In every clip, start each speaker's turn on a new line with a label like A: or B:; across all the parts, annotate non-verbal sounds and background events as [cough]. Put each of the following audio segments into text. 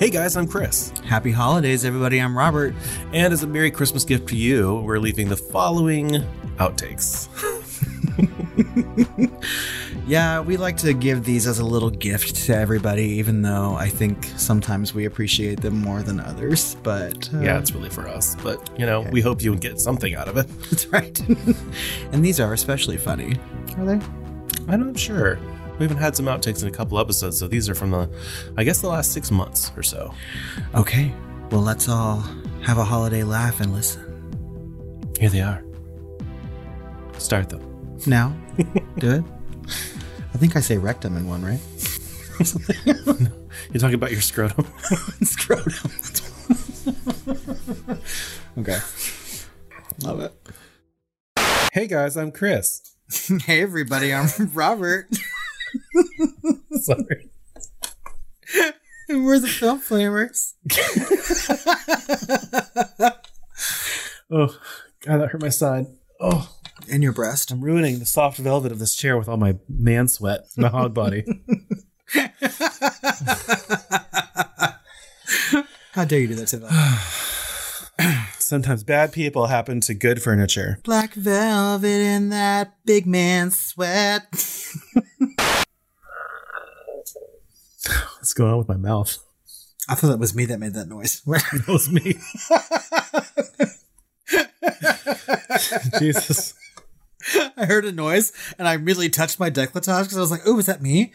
A: Hey guys, I'm Chris.
B: Happy holidays, everybody. I'm Robert.
A: And as a Merry Christmas gift to you, we're leaving the following outtakes.
B: Yeah, we like to give these as a little gift to everybody, even though I think sometimes we appreciate them more than others. But uh,
A: yeah, it's really for us, but you know,
B: Okay.
A: we hope you get something out of it.
B: [laughs] that's right. [laughs] and these are especially funny. Are they?
A: I'm not sure. We haven't had some outtakes in a couple episodes, so these are from the, I guess, the last six months or so.
B: Okay. Well, let's all have a holiday laugh and listen.
A: Here they are. Start them.
B: Now, do it. I think I say rectum in one, right? [laughs]
A: You're talking about your scrotum. [laughs]
B: Scrotum. [laughs] okay. Love it.
A: hey guys, I'm Chris. [laughs]
B: Hey, everybody. I'm [laughs] Robert.
A: Sorry.
B: And we're the film flamers.
A: Oh, God, that hurt my side. Oh,
B: In your breast.
A: I'm ruining the soft velvet of this chair with all my man sweat, my hog body.
B: How dare you do that to Velvet?
A: Sometimes bad people happen to good furniture.
B: Black velvet in that big man sweat. [laughs]
A: What's going on with my mouth?
B: I thought that was me that made that noise. [laughs]
A: That was me. [laughs] Jesus.
B: I heard a noise and I really touched my decolletage because I was like, "Oh, was that me?"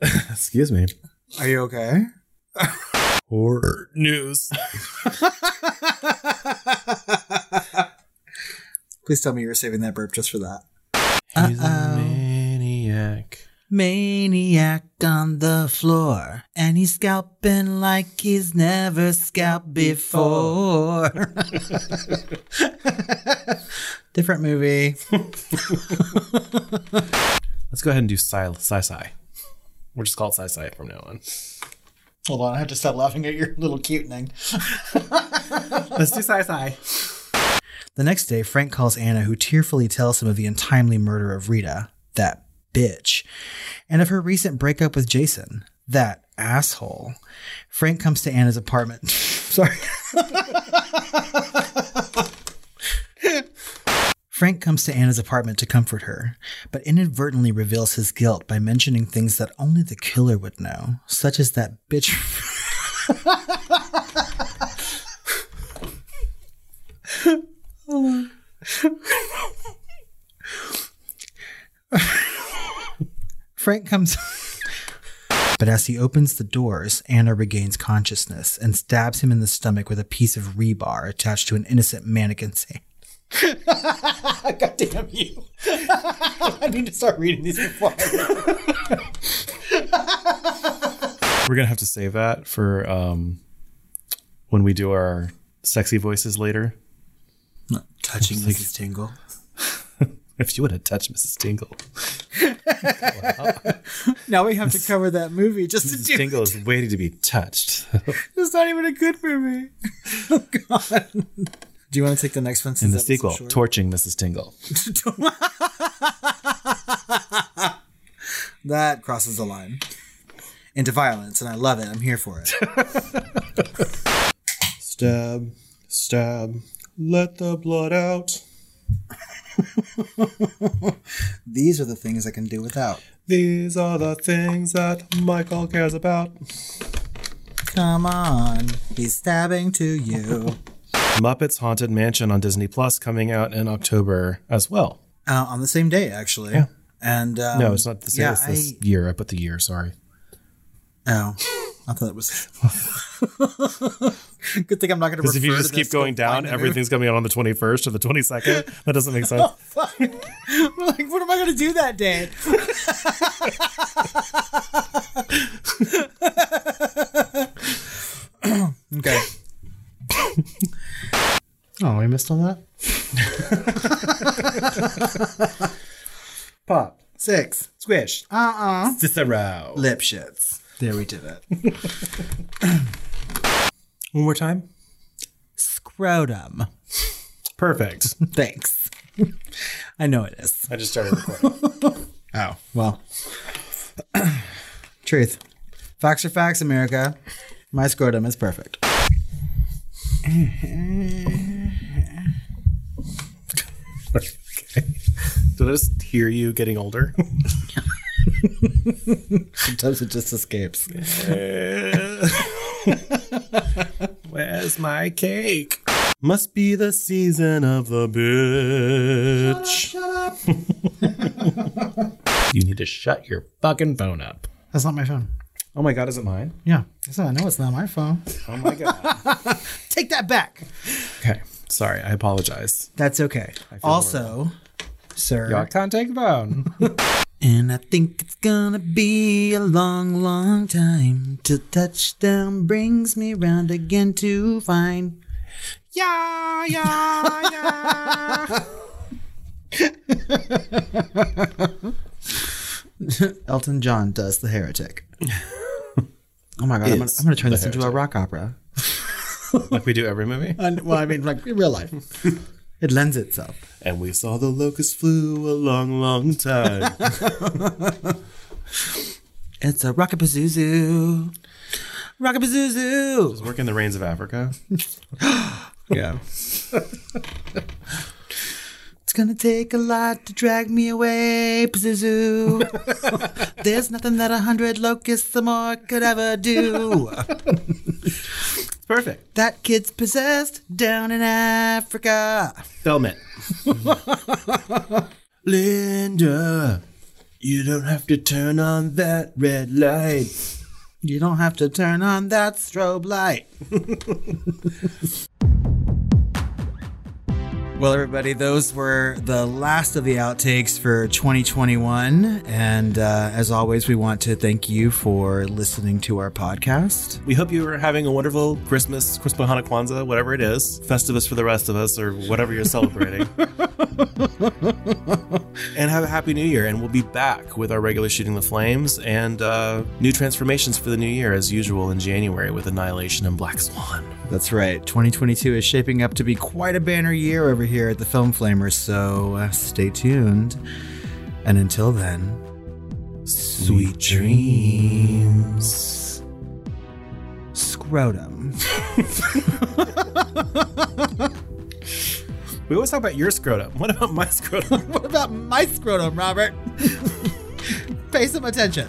A: Excuse me.
B: Are you okay?
A: Horror news.
B: [laughs] Please tell me you were saving that burp just for that.
A: He's
B: Uh-oh.
A: a maniac.
B: Maniac on the floor, and he's scalping like he's never scalped before. [laughs] Different movie.
A: Let's go ahead and do sci sci. We'll just call it sci sci from now on.
B: Hold on, I have to stop laughing at your [laughs] little cutening.
A: Let's do sci sci.
B: The next day, Frank calls Anna, who tearfully tells him of the untimely murder of Rita, that bitch, and of her recent breakup with Jason, that asshole. Frank comes to Anna's apartment. [laughs] Sorry. Frank comes to Anna's apartment to comfort her, but inadvertently reveals his guilt by mentioning things that only the killer would know, such as that bitch. Frank comes. [laughs] but as he opens the doors, Anna regains consciousness and stabs him in the stomach with a piece of rebar attached to an innocent [laughs] mannequin's hand. God damn you. I need to start reading these before.
A: We're going to have to save that for um, when we do our sexy voices later.
B: Touching Mrs. Tingle.
A: If you would have touched Mrs. Tingle,
B: Now we have to cover that movie just to
A: Mrs.
B: do
A: Tingle is waiting to be touched.
B: It's not even a good movie. [laughs] Oh, God. Do you want to take the next one?
A: In the sequel, torching Mrs. Tingle.
B: that crosses the line into violence, and I love it. I'm here for [laughs] it.
A: Stab, stab, let the blood out.
B: These are the things I can do without.
A: These are the things that Michael cares about.
B: Come on, he's stabbing to you.
A: Muppets Haunted Mansion on Disney Plus coming out in October as well.
B: Uh, on the same day, actually. Yeah. And um,
A: No, it's not the same
B: yeah,
A: as this
B: I-
A: year. I put the year, sorry.
B: Oh, I thought it was. [laughs] Good thing I'm not going to.
A: Because if you just keep going down, everything's coming out on the 21st or the
B: [laughs]
A: 22nd. That doesn't make [laughs] sense.
B: like, what am I going to do that day? [laughs] [clears throat] okay. Oh, we missed all [laughs] that.
A: Pop,
B: Six
A: squish,
B: Uh-uh.
A: Cicero.
B: lip shits. There we did it.
A: One more time.
B: Scrotum.
A: Perfect.
B: Thanks. [laughs] I know it is.
A: I just started recording.
B: Oh well. [clears throat] Truth. Facts are facts, America. My scrotum is perfect.
A: [laughs]
B: [laughs]
A: Did I just hear you getting older?
B: Sometimes it just escapes.
A: Where's my cake? Must be the season of the bitch. you need to shut your fucking phone up.
B: That's not my phone.
A: Oh my god, is it mine?
B: Yeah. So I know it's not my phone.
A: Oh my god.
B: Take that back.
A: [laughs] okay. Sorry, I apologize.
B: That's okay. Also, sir.
A: I can't take the [laughs] phone.
B: And I think it's gonna be a long, long time till touchdown brings me round again to find.
A: yeah, yeah, yeah.
B: [laughs] Elton John does the heretic. oh my god, I'm gonna, I'm gonna turn this into a rock opera.
A: like we do every movie.
B: well, I mean, like in real life, it lends itself.
A: And we saw the locust flew a long, long [laughs] time.
B: It's a rockapazoo, rockapazoo.
A: Working the rains of Africa. [gasps] yeah.
B: It's gonna take a lot to drag me away, Pazuzu. [laughs] There's nothing that a hundred locusts or more could ever [laughs] do.
A: It's perfect.
B: that kid's possessed down in Africa.
A: Film it. [laughs] Linda, you don't have to turn on that red light.
B: You don't have to turn on that strobe light. [laughs] well, everybody, those were the last of the outtakes for 2021. And uh, as always, we want to thank you for listening to our podcast.
A: We hope you are having a wonderful Christmas, Christmas Hana Kwanzaa, whatever it is, Festivus for the rest of us, or whatever you're celebrating. [laughs] and have a happy new year. And we'll be back with our regular Shooting the Flames and uh, new transformations for the new year, as usual, in January with Annihilation and Black Swan.
B: That's right, 2022 is shaping up to be quite a banner year over here at the Film Flamers. So uh, stay tuned. And until then, sweet
A: dreams.
B: scrotum.
A: We always talk about your scrotum. What about my scrotum?
B: [laughs] What about my [laughs] scrotum, Robert? Pay some attention.